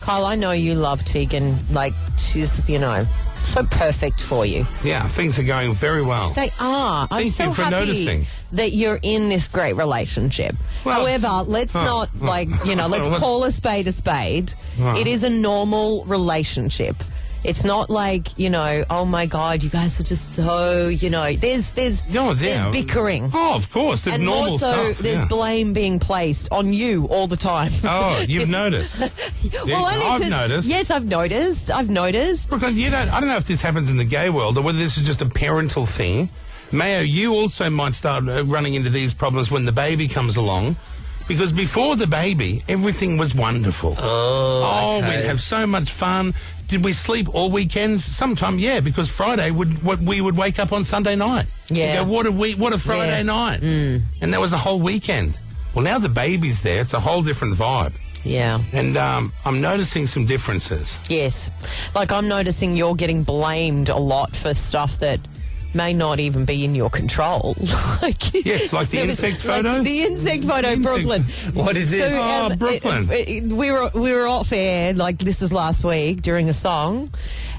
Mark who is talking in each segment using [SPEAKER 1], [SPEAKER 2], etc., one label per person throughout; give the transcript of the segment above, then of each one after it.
[SPEAKER 1] Kyle, I know you love Tegan. Like, she's, you know, so perfect for you.
[SPEAKER 2] Yeah, things are going very well.
[SPEAKER 1] They are. I'm
[SPEAKER 2] Thank
[SPEAKER 1] so
[SPEAKER 2] you for
[SPEAKER 1] happy
[SPEAKER 2] noticing.
[SPEAKER 1] that you're in this great relationship.
[SPEAKER 2] Well,
[SPEAKER 1] However, let's
[SPEAKER 2] oh,
[SPEAKER 1] not
[SPEAKER 2] oh.
[SPEAKER 1] like you know, let's
[SPEAKER 2] What's-
[SPEAKER 1] call a spade a spade.
[SPEAKER 2] Oh.
[SPEAKER 1] It is a normal relationship. It's not like you know, oh my god, you guys are just so you know. There's there's
[SPEAKER 2] No,
[SPEAKER 1] there's
[SPEAKER 2] yeah.
[SPEAKER 1] bickering.
[SPEAKER 2] Oh, of course. There's
[SPEAKER 1] And
[SPEAKER 2] normal
[SPEAKER 1] also,
[SPEAKER 2] stuff.
[SPEAKER 1] there's
[SPEAKER 2] yeah.
[SPEAKER 1] blame being placed on you all the time.
[SPEAKER 2] Oh, you've noticed.
[SPEAKER 1] well, only
[SPEAKER 2] I've
[SPEAKER 1] 'cause-
[SPEAKER 2] noticed.
[SPEAKER 1] Yes, I've noticed. I've noticed.
[SPEAKER 2] Brooke, you don't, I don't know if this happens in the gay world or whether this is just a parental thing. Mayo, you also might start uh, running into these problems when the baby comes along. Because before the baby, everything was wonderful. Oh, we'd have so much fun. Did we sleep all weekends? Sometime, yeah, because Friday would what we would wake up on Sunday night. We'd
[SPEAKER 1] Yeah.
[SPEAKER 2] go, what a week! What a Friday
[SPEAKER 1] Yeah. Mm.
[SPEAKER 2] night! And that was a whole weekend. Well, now the baby's there; it's a whole different vibe.
[SPEAKER 1] Yeah.
[SPEAKER 2] And um, I'm noticing some differences.
[SPEAKER 1] Yes. Like I'm noticing you're getting blamed a lot for stuff that may not even be in your control. like
[SPEAKER 2] Yes, like the
[SPEAKER 1] there
[SPEAKER 2] insect photo?
[SPEAKER 1] the insect photo, Brooklyn.
[SPEAKER 2] What is this? Oh, Brooklyn.
[SPEAKER 1] it- it- uh, we were we were off air. Like this was last week during a song.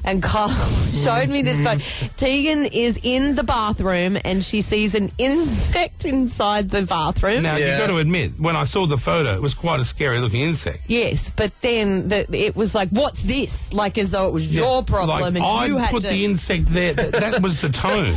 [SPEAKER 1] And Carl showed me this photo. Tegan is in the bathroom and she sees an insect inside the bathroom.
[SPEAKER 2] Now you've got to admit, when I saw the photo, it was quite a scary looking insect.
[SPEAKER 1] Yes, but then the, it was like, "What's this?" Like as though it was your problem
[SPEAKER 2] Like,
[SPEAKER 1] and
[SPEAKER 2] I
[SPEAKER 1] you had
[SPEAKER 2] put
[SPEAKER 1] to.
[SPEAKER 2] the insect there. Th- that was the tone.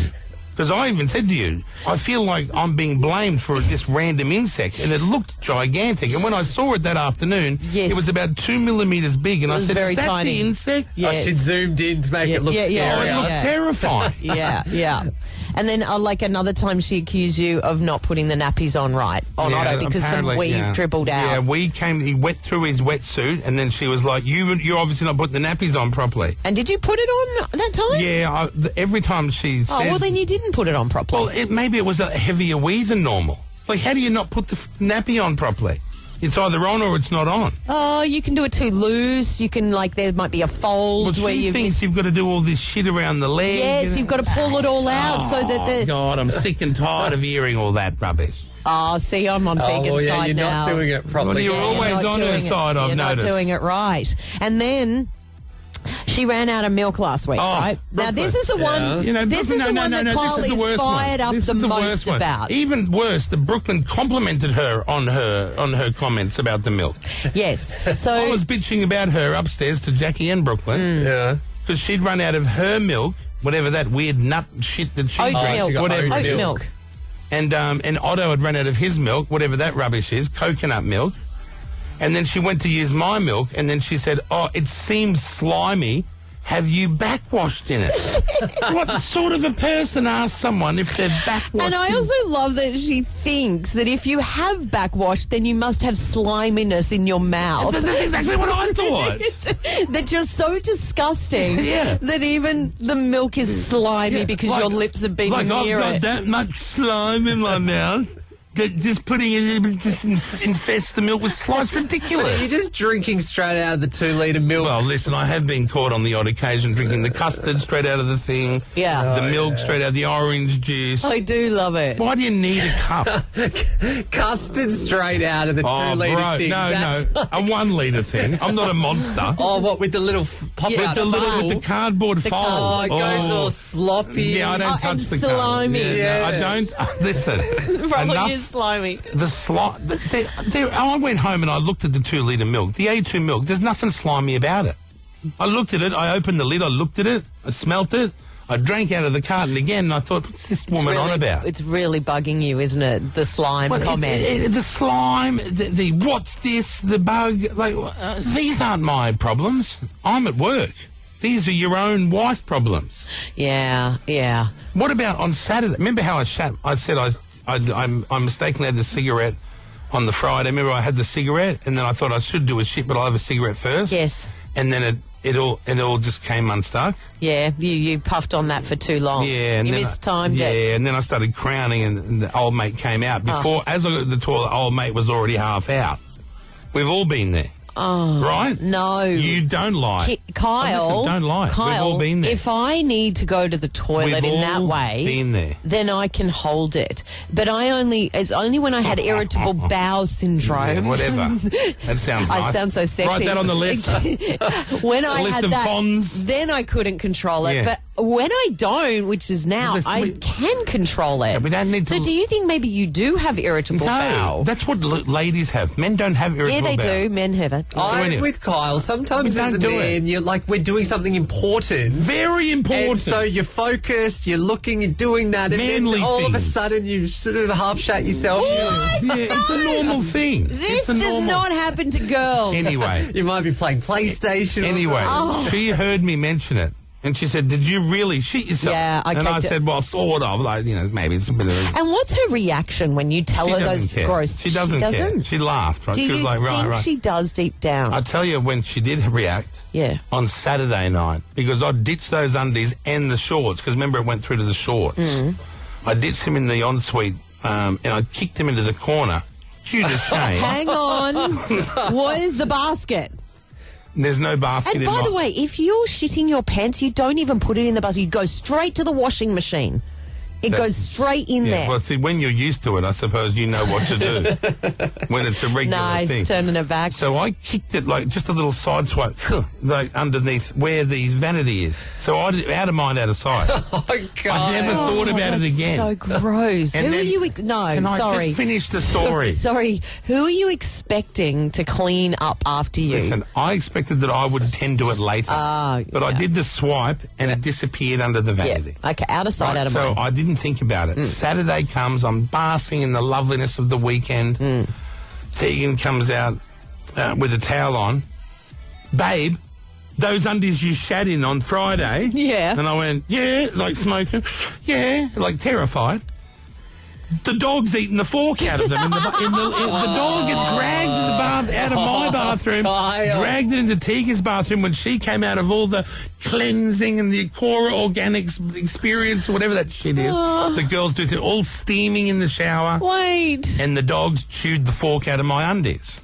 [SPEAKER 2] Because I even said to you, I feel like I'm being blamed for this random insect, and it looked gigantic. And when I saw it that afternoon,
[SPEAKER 1] Yes.
[SPEAKER 2] it was about two millimeters big, and I
[SPEAKER 1] was
[SPEAKER 2] said,
[SPEAKER 1] very
[SPEAKER 2] "Is that
[SPEAKER 1] tiny."
[SPEAKER 2] the insect?
[SPEAKER 1] Yeah.
[SPEAKER 3] I should zoomed in to make
[SPEAKER 1] Yeah,
[SPEAKER 3] it look
[SPEAKER 1] yeah, yeah,
[SPEAKER 2] Oh,
[SPEAKER 3] scary.
[SPEAKER 2] it looked
[SPEAKER 1] Yeah.
[SPEAKER 2] terrifying."
[SPEAKER 1] yeah, yeah. And then, uh, like another time, she accused you of not putting the nappies on right on
[SPEAKER 2] Yeah,
[SPEAKER 1] Otto because some
[SPEAKER 2] apparently,
[SPEAKER 1] weave
[SPEAKER 2] yeah.
[SPEAKER 1] dribbled
[SPEAKER 2] Yeah,
[SPEAKER 1] out.
[SPEAKER 2] we came. He wet through his wetsuit, and then she was like, "You, you're obviously not putting the nappies on properly."
[SPEAKER 1] and did you put it on that time?
[SPEAKER 2] Yeah, I, th- every time she says,
[SPEAKER 1] Oh well, then you didn't put it on properly.
[SPEAKER 2] Well, it, maybe it was a heavier wee than normal. Like, how do you not put the f- nappy on properly? It's either on or it's not on.
[SPEAKER 1] oh, you can do it too loose. You can like there might be a
[SPEAKER 2] Well,
[SPEAKER 1] fold where
[SPEAKER 2] she
[SPEAKER 1] you.
[SPEAKER 2] thinks you've got to do all this shit around the leg.
[SPEAKER 1] yes,
[SPEAKER 2] you
[SPEAKER 1] you've
[SPEAKER 2] know?
[SPEAKER 1] got to pull it all out so that
[SPEAKER 2] Oh,
[SPEAKER 1] the.
[SPEAKER 2] God, I'm sick and tired of hearing all that rubbish.
[SPEAKER 1] Oh, see, I'm on Tegan's
[SPEAKER 3] Oh, yeah,
[SPEAKER 1] side
[SPEAKER 3] you're
[SPEAKER 1] now.
[SPEAKER 3] not doing it
[SPEAKER 2] Well,
[SPEAKER 3] properly.
[SPEAKER 2] you're
[SPEAKER 1] Yeah,
[SPEAKER 2] always
[SPEAKER 1] not
[SPEAKER 2] on her
[SPEAKER 1] doing it.
[SPEAKER 2] side, I've
[SPEAKER 1] You're not
[SPEAKER 2] noticed.
[SPEAKER 1] doing it right. And then she ran out of milk last week,
[SPEAKER 2] Oh,
[SPEAKER 1] right? Now
[SPEAKER 2] Brooklyn.
[SPEAKER 1] this is the one.
[SPEAKER 2] You know,
[SPEAKER 1] this
[SPEAKER 2] Brooklyn-
[SPEAKER 1] is the
[SPEAKER 2] no,
[SPEAKER 1] one
[SPEAKER 2] no,
[SPEAKER 1] that
[SPEAKER 2] no, no,
[SPEAKER 1] Kyle
[SPEAKER 2] this is,
[SPEAKER 1] is,
[SPEAKER 2] the worst one.
[SPEAKER 1] fired up
[SPEAKER 2] This is
[SPEAKER 1] the, most
[SPEAKER 2] worst one.
[SPEAKER 1] about.
[SPEAKER 2] Even worse, the Brooklyn complimented her on her on her comments about the milk.
[SPEAKER 1] yes.
[SPEAKER 2] I
[SPEAKER 1] So Mm.
[SPEAKER 2] was bitching about her upstairs to Jackie and Brooklyn
[SPEAKER 3] Yeah.
[SPEAKER 2] because she'd run out of her milk, whatever that weird nut shit that she
[SPEAKER 1] oat
[SPEAKER 2] drinks,
[SPEAKER 3] she
[SPEAKER 1] milk,
[SPEAKER 3] got
[SPEAKER 2] whatever
[SPEAKER 1] oat
[SPEAKER 2] it
[SPEAKER 3] oat
[SPEAKER 2] is.
[SPEAKER 1] milk.
[SPEAKER 3] milk.
[SPEAKER 2] and um, and Otto had run out of his milk, whatever that rubbish is, coconut milk. And then she went to use my milk, and then she said, "Oh, it seems slimy. Have you backwashed in it?" what sort of a person asks someone if they're backwashed?
[SPEAKER 1] And I
[SPEAKER 2] in-
[SPEAKER 1] also love that she thinks that if you have backwash, then you must have sliminess in your mouth.
[SPEAKER 2] that's exactly what I thought.
[SPEAKER 1] that you're so disgusting
[SPEAKER 2] Yeah.
[SPEAKER 1] that even the milk is slimy because
[SPEAKER 2] Like-
[SPEAKER 1] your lips have been
[SPEAKER 2] like
[SPEAKER 1] near
[SPEAKER 2] I've got
[SPEAKER 1] it.
[SPEAKER 2] that much slime in my mouth. That just putting it just inf- infest the milk with slice ridiculous.
[SPEAKER 3] You're just drinking straight out of the two litre milk.
[SPEAKER 2] Well, Oh, listen, I have been caught on the odd occasion drinking the custard straight out of the thing.
[SPEAKER 1] Yeah.
[SPEAKER 2] The milk straight out of the orange juice.
[SPEAKER 3] Oh,
[SPEAKER 1] I do love it.
[SPEAKER 2] Why do you need a cup?
[SPEAKER 3] Custard straight out of the two
[SPEAKER 2] oh,
[SPEAKER 3] litre
[SPEAKER 2] bro.
[SPEAKER 3] thing.
[SPEAKER 2] no,
[SPEAKER 3] That's-
[SPEAKER 2] no. A one litre thing. I'm not a monster.
[SPEAKER 3] Oh, what with the little f- pop
[SPEAKER 1] Yeah,
[SPEAKER 3] out
[SPEAKER 2] the
[SPEAKER 1] the
[SPEAKER 2] little with the cardboard fold.
[SPEAKER 3] Oh, it goes all sloppy.
[SPEAKER 2] yeah, I don't
[SPEAKER 1] Oh,
[SPEAKER 2] touch
[SPEAKER 1] and
[SPEAKER 2] the
[SPEAKER 1] slimy.
[SPEAKER 2] cardboard.
[SPEAKER 3] Yeah.
[SPEAKER 2] no, I don't. listen.
[SPEAKER 1] Probably
[SPEAKER 2] enough
[SPEAKER 1] is slimy.
[SPEAKER 2] The slime. I went home and I looked at the two litre milk, the A2 milk. There's nothing slimy about it. I looked at it. I opened the lid. I looked at it. I smelt it. I drank out of the carton again, and I thought, "What's this woman
[SPEAKER 1] really,
[SPEAKER 2] on about?"
[SPEAKER 1] It's really bugging you, isn't it? The slime
[SPEAKER 2] Well, it-
[SPEAKER 1] comment.
[SPEAKER 2] it- it- the slime, the, the what's this, the bug. Like uh, these aren't my problems. I'm at work. These are your own wife problems.
[SPEAKER 1] yeah, yeah.
[SPEAKER 2] What about on Saturday? Remember how I shat? I said I, I, I, I mistakenly had the cigarette on the Friday. Remember I had the cigarette, and then I thought I should do a shit, but I'll have a cigarette first.
[SPEAKER 1] Yes.
[SPEAKER 2] And then it, it all it all just came unstuck.
[SPEAKER 1] Yeah, you, you puffed on that for too long.
[SPEAKER 2] Yeah. And
[SPEAKER 1] you
[SPEAKER 2] then I-
[SPEAKER 1] mistimed
[SPEAKER 2] yeah,
[SPEAKER 1] it. Oh.
[SPEAKER 2] and then I started crowning, and, and the old mate came out before. As I got to the toilet, old mate was already half out. We've all been there. Oh. Right.
[SPEAKER 1] No.
[SPEAKER 2] You don't lie. Oh,
[SPEAKER 1] Ki- Kyle.
[SPEAKER 2] Listen, don't lie. We've
[SPEAKER 1] Kyle,
[SPEAKER 2] all been there.
[SPEAKER 1] If I need to go to the toilet
[SPEAKER 2] We've
[SPEAKER 1] in that
[SPEAKER 2] all
[SPEAKER 1] way,
[SPEAKER 2] been there.
[SPEAKER 1] then I can hold it. But I only, it's only when I had irritable bowel syndrome.
[SPEAKER 2] Yeah, whatever. That sounds
[SPEAKER 1] I
[SPEAKER 2] nice.
[SPEAKER 1] sound so sexy.
[SPEAKER 2] Write that on the list.
[SPEAKER 1] when I
[SPEAKER 2] list
[SPEAKER 1] had
[SPEAKER 2] of
[SPEAKER 1] that,
[SPEAKER 2] cons.
[SPEAKER 1] then I couldn't control it.
[SPEAKER 2] Yeah.
[SPEAKER 1] But when I don't, which is now,
[SPEAKER 2] Listen,
[SPEAKER 1] I
[SPEAKER 2] we-
[SPEAKER 1] can control it.
[SPEAKER 2] we don't need
[SPEAKER 1] so
[SPEAKER 2] to-
[SPEAKER 1] do you think maybe you do have irritable
[SPEAKER 2] no,
[SPEAKER 1] bowel?
[SPEAKER 2] that's what l- ladies have. Men don't have irritable
[SPEAKER 1] yeah, they
[SPEAKER 2] bowel. Oh,
[SPEAKER 1] do. Men have it.
[SPEAKER 2] So
[SPEAKER 3] I'm
[SPEAKER 2] anyway.
[SPEAKER 3] with Kyle. Sometimes
[SPEAKER 2] We
[SPEAKER 3] as a
[SPEAKER 2] don't do
[SPEAKER 3] man, you're like we're doing something important.
[SPEAKER 2] Very important.
[SPEAKER 3] And so you're focused, you're looking, you're doing that, and
[SPEAKER 2] Manly
[SPEAKER 3] then all of a
[SPEAKER 2] things.
[SPEAKER 3] sudden you sort of half shut yourself.
[SPEAKER 1] What?
[SPEAKER 2] yeah, it's a normal thing.
[SPEAKER 1] This
[SPEAKER 2] It's a
[SPEAKER 1] does
[SPEAKER 2] normal-
[SPEAKER 1] not happen to girls.
[SPEAKER 2] Anyway,
[SPEAKER 3] You might be playing PlayStation. or
[SPEAKER 2] anyway,
[SPEAKER 1] Oh.
[SPEAKER 2] she heard me mention it. And she said, "Did you really shit yourself?"
[SPEAKER 1] Yeah, I
[SPEAKER 2] and I
[SPEAKER 1] kicked it.
[SPEAKER 2] said, "Well, sort of. Like, you know, maybe it's a bit of." A,
[SPEAKER 1] And what's her reaction when you tell
[SPEAKER 2] she
[SPEAKER 1] her
[SPEAKER 2] doesn't
[SPEAKER 1] those
[SPEAKER 2] care.
[SPEAKER 1] gross?
[SPEAKER 2] She doesn't. Care. She laughed. Right?
[SPEAKER 1] Do
[SPEAKER 2] she
[SPEAKER 1] you
[SPEAKER 2] was like,
[SPEAKER 1] think
[SPEAKER 2] "Right, right."
[SPEAKER 1] she does deep down?
[SPEAKER 2] I tell you, when she did react,
[SPEAKER 1] yeah.
[SPEAKER 2] on Saturday night because I ditched those undies and the shorts because remember it went through to the shorts.
[SPEAKER 1] Mm.
[SPEAKER 2] I ditched them in the ensuite um, and I kicked them into the corner. Due to shame,
[SPEAKER 1] Hang on. Where's the basket?
[SPEAKER 2] there's no basket.
[SPEAKER 1] And
[SPEAKER 2] in
[SPEAKER 1] by the
[SPEAKER 2] my-
[SPEAKER 1] way, if you're shitting your pants, you don't even put it in the basket. You go straight to the washing machine. It
[SPEAKER 2] That-
[SPEAKER 1] goes straight in
[SPEAKER 2] yeah,
[SPEAKER 1] there.
[SPEAKER 2] well, see, when you're used to it, I suppose you know what to do when it's a regular
[SPEAKER 1] nice,
[SPEAKER 2] thing.
[SPEAKER 1] turning it back.
[SPEAKER 2] So I kicked it like just a little side swipe, like underneath where the vanity is. So I did, out of mind, out of sight.
[SPEAKER 3] Oh God!
[SPEAKER 2] never I thought about it
[SPEAKER 1] Oh, that's
[SPEAKER 2] again.
[SPEAKER 1] So gross.
[SPEAKER 2] And
[SPEAKER 1] Who are
[SPEAKER 2] then-
[SPEAKER 1] you? ex- No,
[SPEAKER 2] Can I
[SPEAKER 1] sorry.
[SPEAKER 2] just finish the story?
[SPEAKER 1] Sorry, who are you expecting to clean up after you?
[SPEAKER 2] Listen, I expected that I would tend to it later,
[SPEAKER 1] Ah,
[SPEAKER 2] but I
[SPEAKER 1] yeah.
[SPEAKER 2] did the swipe and it disappeared under the
[SPEAKER 1] yeah.
[SPEAKER 2] vanity.
[SPEAKER 1] Okay, out of sight,
[SPEAKER 2] Right,
[SPEAKER 1] out of Mm.
[SPEAKER 2] so
[SPEAKER 1] mind.
[SPEAKER 2] I didn't think about it. Saturday comes, I'm basking in the loveliness of the weekend.
[SPEAKER 1] Mm.
[SPEAKER 2] Tegan comes out uh, with a towel on. Babe, those undies you shat in on Friday.
[SPEAKER 1] Yeah.
[SPEAKER 2] And I went, yeah, like smoking. Yeah, like terrified. The dog's eaten the fork out of them. In the, ba- in the, in the dog had dragged the bath out of
[SPEAKER 1] Oh,
[SPEAKER 2] my bathroom,
[SPEAKER 3] Kyle.
[SPEAKER 2] dragged it into Tegan's bathroom when she came out of all the cleansing and the Cora Organics experience, whatever that shit is.
[SPEAKER 1] Ah.
[SPEAKER 2] The girls do it all steaming in the shower,
[SPEAKER 1] Wait.
[SPEAKER 2] and the dogs chewed the fork out of my undies.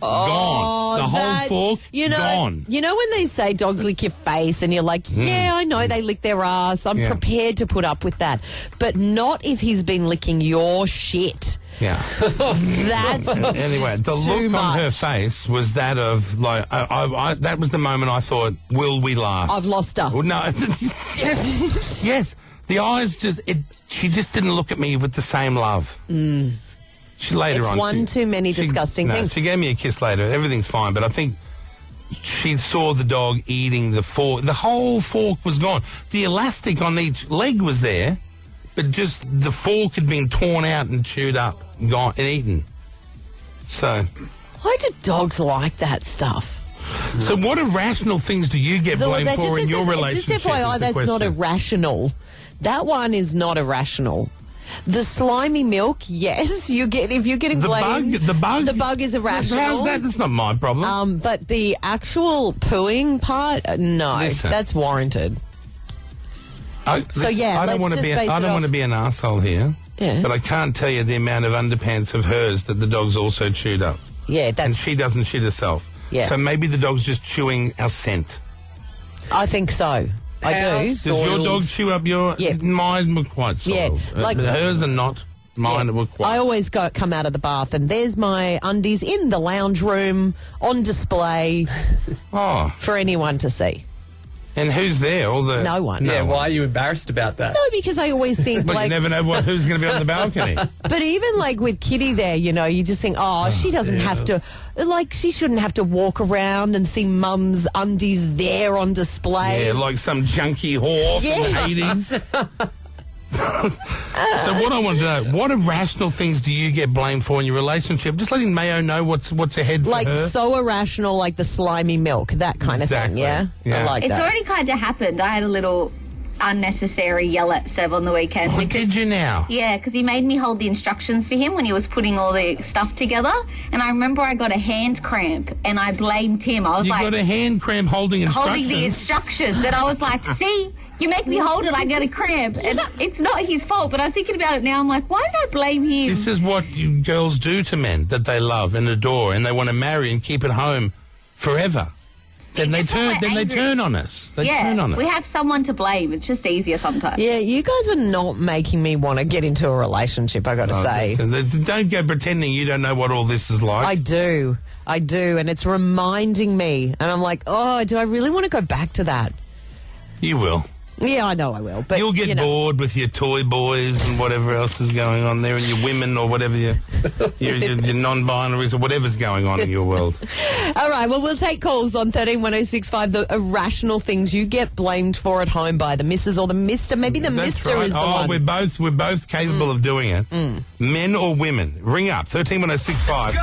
[SPEAKER 1] Oh,
[SPEAKER 2] gone. The whole
[SPEAKER 1] that-
[SPEAKER 2] fork
[SPEAKER 1] you know,
[SPEAKER 2] gone. Hmm.
[SPEAKER 1] You know when they say dogs lick your face, and you're like, yeah, I know they lick their ass. I'm
[SPEAKER 2] Yeah.
[SPEAKER 1] prepared to put up with that, but not if he's been licking your shit.
[SPEAKER 2] Yeah.
[SPEAKER 1] That's
[SPEAKER 2] anyway,
[SPEAKER 1] just
[SPEAKER 2] the
[SPEAKER 1] too
[SPEAKER 2] look on
[SPEAKER 1] much.
[SPEAKER 2] her face was that of like I, I, I, that was the moment I thought, will we last?
[SPEAKER 1] I've lost her.
[SPEAKER 2] Well, no, yes, yes. The eyes just it. She just didn't look at me with the same love. She later
[SPEAKER 1] Mm. It's
[SPEAKER 2] on.
[SPEAKER 1] one
[SPEAKER 2] she-
[SPEAKER 1] too many
[SPEAKER 2] she-
[SPEAKER 1] disgusting
[SPEAKER 2] no,
[SPEAKER 1] things.
[SPEAKER 2] She gave me a kiss later. Everything's fine, but I think she saw the dog eating the fork. The whole fork was gone. The elastic on each leg was there, but just the fork had been torn out and chewed up, gone and eaten. So,
[SPEAKER 1] Why do dogs like that stuff?
[SPEAKER 2] so what irrational things do you get
[SPEAKER 1] The-
[SPEAKER 2] blamed
[SPEAKER 1] that-
[SPEAKER 2] for in your relationship?
[SPEAKER 1] Just FYI,
[SPEAKER 2] is the
[SPEAKER 1] that's not
[SPEAKER 2] question.
[SPEAKER 1] irrational. That one is not irrational. The slimy milk, yes, you get if you're getting
[SPEAKER 2] The
[SPEAKER 1] blamed.
[SPEAKER 2] bug, the bug,
[SPEAKER 1] the bug is irrational.
[SPEAKER 2] How's that? That's not my problem.
[SPEAKER 1] Um, but the actual pooing part, uh, no,
[SPEAKER 2] Listen.
[SPEAKER 1] that's warranted.
[SPEAKER 2] I, listen,
[SPEAKER 1] yeah,
[SPEAKER 2] I don't
[SPEAKER 1] let's
[SPEAKER 2] want to
[SPEAKER 1] just
[SPEAKER 2] be.
[SPEAKER 1] base
[SPEAKER 2] I
[SPEAKER 1] it
[SPEAKER 2] don't
[SPEAKER 1] off-
[SPEAKER 2] want to be an asshole here.
[SPEAKER 1] Yeah.
[SPEAKER 2] But I can't tell you the amount of underpants of hers that the dog's also chewed up,
[SPEAKER 1] Yeah,
[SPEAKER 2] and
[SPEAKER 1] that's.
[SPEAKER 2] she doesn't shit herself.
[SPEAKER 1] Yeah.
[SPEAKER 2] So maybe the dog's just chewing our scent.
[SPEAKER 1] I think so. I do.
[SPEAKER 3] House.
[SPEAKER 2] Does your
[SPEAKER 3] Soiled.
[SPEAKER 2] dog chew up your?
[SPEAKER 1] Yeah.
[SPEAKER 2] Mine were quite soiled.
[SPEAKER 1] Yeah, like-
[SPEAKER 2] Uh, hers are not. Mine
[SPEAKER 1] Yeah.
[SPEAKER 2] were quite.
[SPEAKER 1] I always go come out of the bath and there's my undies in the lounge room on display
[SPEAKER 2] oh,
[SPEAKER 1] for anyone to see.
[SPEAKER 2] and who's there? All the
[SPEAKER 1] No one.
[SPEAKER 3] Yeah, why are you embarrassed about that?
[SPEAKER 1] No, because I always think
[SPEAKER 2] But
[SPEAKER 1] like
[SPEAKER 2] you never know what, who's going to be on the balcony.
[SPEAKER 1] But even like with Kitty there, you know, you just think, oh, she doesn't have to, like, she shouldn't have to walk around and see mum's undies there on display.
[SPEAKER 2] Yeah, like some junky whore
[SPEAKER 1] Yeah.
[SPEAKER 2] from the 80s. so what I want to know, what irrational things do you get blamed for in your relationship? Just letting Mayo know what's what's ahead for
[SPEAKER 1] like,
[SPEAKER 2] her.
[SPEAKER 1] so irrational, like the slimy milk, that kind
[SPEAKER 2] Exactly.
[SPEAKER 1] of thing, yeah?
[SPEAKER 2] Yeah.
[SPEAKER 1] I like
[SPEAKER 4] It's
[SPEAKER 1] that.
[SPEAKER 4] already kind of happened. I had a little unnecessary yell at Sev on the weekend.
[SPEAKER 2] Well,
[SPEAKER 4] because,
[SPEAKER 2] Oh, did you now?
[SPEAKER 4] Yeah, because he made me hold the instructions for him when he was putting all the stuff together. And I remember I got a hand cramp and I blamed him. I was
[SPEAKER 2] You
[SPEAKER 4] like,
[SPEAKER 2] got a hand cramp holding instructions.
[SPEAKER 4] holding the instructions. And I was like, see, you make me hold it, I get a cramp. And it's not his fault, but I'm thinking about it now. I'm like, why did I blame him?
[SPEAKER 2] this is what you girls do to men that they love and adore and they want to marry and keep at home forever. Then they
[SPEAKER 4] just when
[SPEAKER 2] turn.
[SPEAKER 4] we're
[SPEAKER 2] Then they
[SPEAKER 4] angry.
[SPEAKER 2] turn on us. They
[SPEAKER 4] yeah,
[SPEAKER 2] turn on us.
[SPEAKER 4] we have someone to blame. It's just easier sometimes.
[SPEAKER 1] Yeah, you guys are not making me want to get into a relationship, I got to
[SPEAKER 2] Oh,
[SPEAKER 1] say.
[SPEAKER 2] th- th- th- Don't go pretending you don't know what all this is like.
[SPEAKER 1] I do. I do. And it's reminding me. And I'm like, oh, do I really want to go back to that?
[SPEAKER 2] you will.
[SPEAKER 1] Yeah, I know I will. But
[SPEAKER 2] You'll get
[SPEAKER 1] you know.
[SPEAKER 2] bored with your toy boys and whatever else is going on there, and your women or whatever your your, your, your non-binaries or whatever's going on in your world.
[SPEAKER 1] All right. Well, we'll take calls on 131065, the irrational things you get blamed for at home by the missus or the mister. Maybe the
[SPEAKER 2] That's
[SPEAKER 1] mister
[SPEAKER 2] right.
[SPEAKER 1] is the
[SPEAKER 2] oh,
[SPEAKER 1] one. Mm.
[SPEAKER 2] we're both we're both capable of doing it. Men or women, ring up thirteen one zero six five.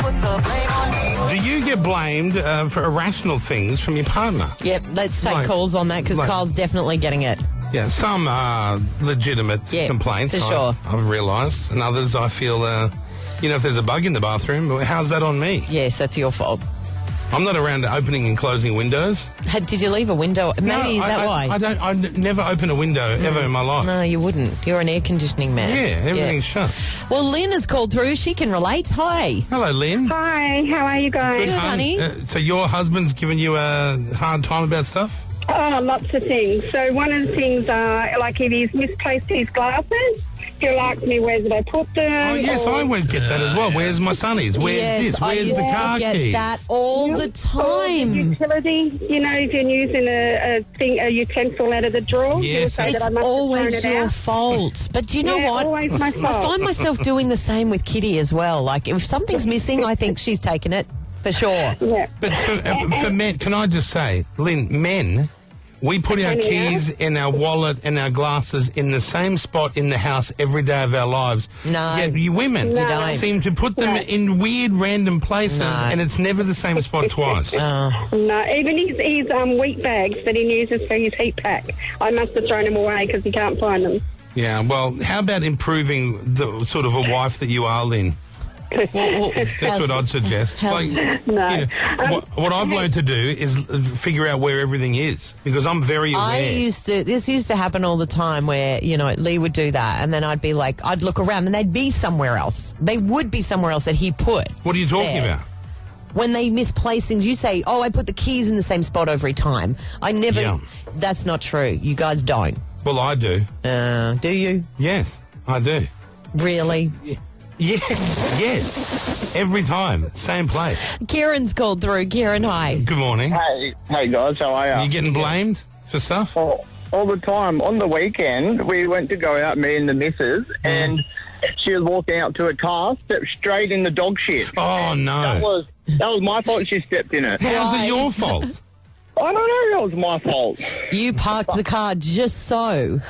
[SPEAKER 2] Do you get blamed uh, for irrational things from your partner?
[SPEAKER 1] Yep, let's take
[SPEAKER 2] Right.
[SPEAKER 1] calls on that because
[SPEAKER 2] Right.
[SPEAKER 1] Carl's definitely getting it.
[SPEAKER 2] Yeah, some are legitimate
[SPEAKER 1] Yeah,
[SPEAKER 2] complaints.
[SPEAKER 1] for
[SPEAKER 2] I've-
[SPEAKER 1] sure.
[SPEAKER 2] I've realised, and others I feel. Uh, you know, if there's a bug in the bathroom, well, how's that on me?
[SPEAKER 1] Yes, that's your fault.
[SPEAKER 2] I'm not around to opening and closing windows.
[SPEAKER 1] Had- Did you leave a window? Maybe
[SPEAKER 2] No,
[SPEAKER 1] is
[SPEAKER 2] I-
[SPEAKER 1] that
[SPEAKER 2] I,
[SPEAKER 1] why? Mm.
[SPEAKER 2] I don't. I n- never open a window ever in my life.
[SPEAKER 1] no, you wouldn't. You're an air conditioning man.
[SPEAKER 2] Yeah, everything's shut.
[SPEAKER 1] Well, Lynn has called through. She can relate. Hi.
[SPEAKER 2] Hello, Lynn.
[SPEAKER 5] Hi, how are you guys?
[SPEAKER 1] Good,
[SPEAKER 2] hun.
[SPEAKER 1] honey.
[SPEAKER 2] Uh, so your husband's giving you a hard time about stuff?
[SPEAKER 5] Oh, lots of things. So one of the things are like if he's misplaced his glasses, he'll ask me where did I put them.
[SPEAKER 2] Oh yes,
[SPEAKER 5] or-
[SPEAKER 2] I always get that as well. Where's my sunnies? Where's
[SPEAKER 1] yes,
[SPEAKER 2] this?
[SPEAKER 1] I
[SPEAKER 2] Where's
[SPEAKER 1] used
[SPEAKER 2] the car
[SPEAKER 1] to get
[SPEAKER 2] keys?
[SPEAKER 1] that all the
[SPEAKER 5] Or the
[SPEAKER 1] time.
[SPEAKER 5] utility, you know, if you're using a, a thing, a utensil out of the drawer,
[SPEAKER 2] Yes,
[SPEAKER 5] he'll say
[SPEAKER 1] It's
[SPEAKER 5] that I must have
[SPEAKER 1] always
[SPEAKER 5] thrown it
[SPEAKER 1] your
[SPEAKER 5] out.
[SPEAKER 1] fault. But do you know
[SPEAKER 5] Yeah,
[SPEAKER 1] what?
[SPEAKER 5] always my
[SPEAKER 1] I
[SPEAKER 5] fault.
[SPEAKER 1] find myself doing the same with Kitty as well. Like, if something's missing, I think she's taken it for sure.
[SPEAKER 5] yeah.
[SPEAKER 2] But for, uh, for men, can I just say, Lynn, men, we put our
[SPEAKER 5] Honey, yeah?
[SPEAKER 2] keys and our wallet and our glasses in the same spot in the house every day of our lives.
[SPEAKER 1] No.
[SPEAKER 2] Yet you women
[SPEAKER 1] You don't.
[SPEAKER 2] seem to put them in weird, random places,
[SPEAKER 1] No.
[SPEAKER 2] and it's never the same spot twice.
[SPEAKER 5] No, even his, his um, wheat bags that he uses for his heat pack, I must have thrown them away because he can't find them.
[SPEAKER 2] Yeah, well, how about improving the sort of a wife that you are, Lynn?
[SPEAKER 1] Well,
[SPEAKER 2] That's
[SPEAKER 1] how's-
[SPEAKER 2] what I'd suggest.
[SPEAKER 1] how's-
[SPEAKER 5] No.
[SPEAKER 2] you know,
[SPEAKER 5] Um,
[SPEAKER 2] what, what I've learned to do is uh, figure out where everything is because I'm very aware.
[SPEAKER 1] I used to. This used to happen all the time, where you know Lee would do that, and then I'd be like, I'd look around, and they'd be somewhere else. They would be somewhere else that he put
[SPEAKER 2] what are you talking
[SPEAKER 1] there.
[SPEAKER 2] about?
[SPEAKER 1] when they misplace things. You say, "Oh, I put the keys in the same spot every time." I never.
[SPEAKER 2] Yeah.
[SPEAKER 1] That's not true. You guys don't.
[SPEAKER 2] Well, I do.
[SPEAKER 1] Uh, do you
[SPEAKER 2] Yes, I do.
[SPEAKER 1] really?
[SPEAKER 2] Yes, yes. Every time, same place.
[SPEAKER 1] Kieran's called through. Kieran, hi.
[SPEAKER 2] Good morning. Are
[SPEAKER 6] Hey, hey guys, how are ya?
[SPEAKER 2] you getting blamed for stuff?
[SPEAKER 6] all, all the time. On the weekend, we went to go out, me and the missus,
[SPEAKER 2] Mm.
[SPEAKER 6] and she was walking out to a car, stepped straight in the dog shit.
[SPEAKER 2] Oh
[SPEAKER 6] That
[SPEAKER 2] no!
[SPEAKER 6] was that was my fault. She stepped in it.
[SPEAKER 2] How's
[SPEAKER 1] Why?
[SPEAKER 2] it your fault?
[SPEAKER 6] I don't know. That was my fault.
[SPEAKER 1] You parked the car just so,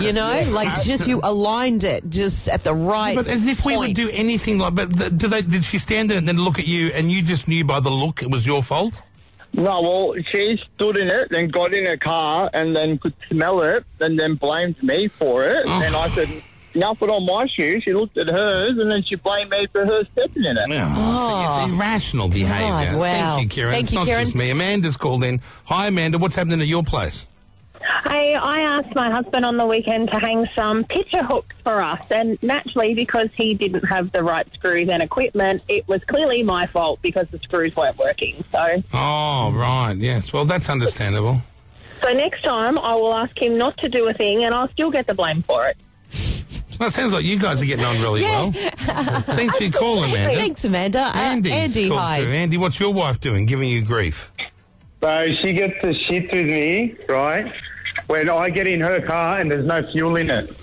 [SPEAKER 1] you know, like just you aligned it just at the right.
[SPEAKER 2] But as if we would
[SPEAKER 1] point.
[SPEAKER 2] do anything like. But th- do they? Did she stand there and then look at you, and you just knew by the look it was your fault?
[SPEAKER 6] No, well, she stood in it, then got in her car, and then could smell it, and then blamed me for it.
[SPEAKER 2] Oh.
[SPEAKER 6] And I said, "Nothing on my shoe." She looked at hers, and then she blamed me for her stepping in it.
[SPEAKER 2] Yeah, Oh, it's- it's, irrational behaviour.
[SPEAKER 1] wow.
[SPEAKER 2] Thank you, Kieran.
[SPEAKER 1] Oh. Thank
[SPEAKER 2] it's
[SPEAKER 1] you,
[SPEAKER 2] not
[SPEAKER 1] Kieran.
[SPEAKER 2] just me. Amanda's called in. Hi, Amanda. What's happening at your place?
[SPEAKER 7] I, I asked my husband on the weekend to hang some picture hooks for us, and naturally, because he didn't have the right screws and equipment, it was clearly my fault because the screws weren't working. So,
[SPEAKER 2] Oh, right. Yes. Well, that's understandable.
[SPEAKER 7] so next time I will ask him not to do a thing, and I'll still get the blame for it.
[SPEAKER 2] Well, it sounds like you guys are getting on really well. Thanks for your call, Amanda.
[SPEAKER 1] Thanks, Amanda. Uh,
[SPEAKER 2] Andy's
[SPEAKER 1] Andy,
[SPEAKER 2] called
[SPEAKER 1] hi.
[SPEAKER 2] through. Andy, what's your wife doing, giving you grief?
[SPEAKER 8] So she gets the shit with me, right? When I get in her car and there's no fuel in it.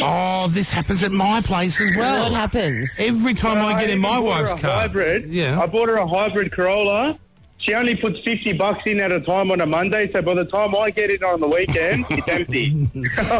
[SPEAKER 2] Oh, this happens at my place as well.
[SPEAKER 1] What happens?
[SPEAKER 2] Every time I get in
[SPEAKER 8] even
[SPEAKER 2] my
[SPEAKER 8] bought
[SPEAKER 2] wife's
[SPEAKER 8] her a
[SPEAKER 2] car.
[SPEAKER 8] Hybrid.
[SPEAKER 2] Yeah.
[SPEAKER 8] I bought her a hybrid Corolla. She only puts fifty bucks in at a time on a Monday, so by the time I get it on the weekend, it's empty.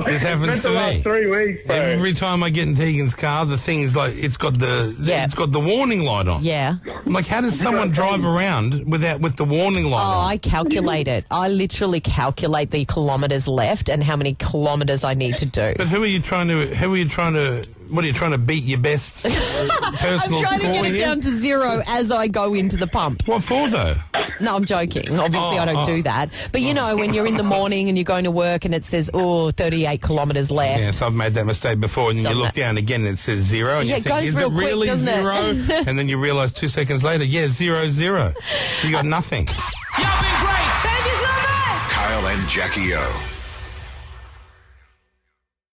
[SPEAKER 2] This happens
[SPEAKER 8] Spent
[SPEAKER 2] to
[SPEAKER 8] the
[SPEAKER 2] me.
[SPEAKER 8] last three weeks, bro.
[SPEAKER 2] Every time I get in Tegan's car, the thing's like it's got the
[SPEAKER 1] Yeah.
[SPEAKER 2] it's got the warning light on.
[SPEAKER 1] Yeah.
[SPEAKER 2] I'm like, how does someone drive around without with the warning light
[SPEAKER 1] Oh,
[SPEAKER 2] on?
[SPEAKER 1] I calculate it. I literally calculate the kilometres left and how many kilometres I need to do.
[SPEAKER 2] But who are you trying to? Who are you trying to? What are you trying to beat your best personal
[SPEAKER 1] I'm trying to
[SPEAKER 2] score
[SPEAKER 1] get it
[SPEAKER 2] here?
[SPEAKER 1] down to zero as I go into the pump.
[SPEAKER 2] What for though?
[SPEAKER 1] No, I'm joking. Obviously,
[SPEAKER 2] Oh,
[SPEAKER 1] I don't
[SPEAKER 2] oh.
[SPEAKER 1] do that. But you know, when you're in the morning and you're going to work and it says, oh, 38 kilometres left.
[SPEAKER 2] Yes, I've made that mistake before, and then
[SPEAKER 1] Done
[SPEAKER 2] you look
[SPEAKER 1] that.
[SPEAKER 2] down again and it says zero, and
[SPEAKER 1] Yeah,
[SPEAKER 2] you
[SPEAKER 1] it
[SPEAKER 2] think,
[SPEAKER 1] goes
[SPEAKER 2] is
[SPEAKER 1] real
[SPEAKER 2] it
[SPEAKER 1] quick,
[SPEAKER 2] really
[SPEAKER 1] doesn't it?
[SPEAKER 2] zero? and then you realise two seconds later, yeah, zero, zero. You got nothing.
[SPEAKER 9] Kyle and Jackie O.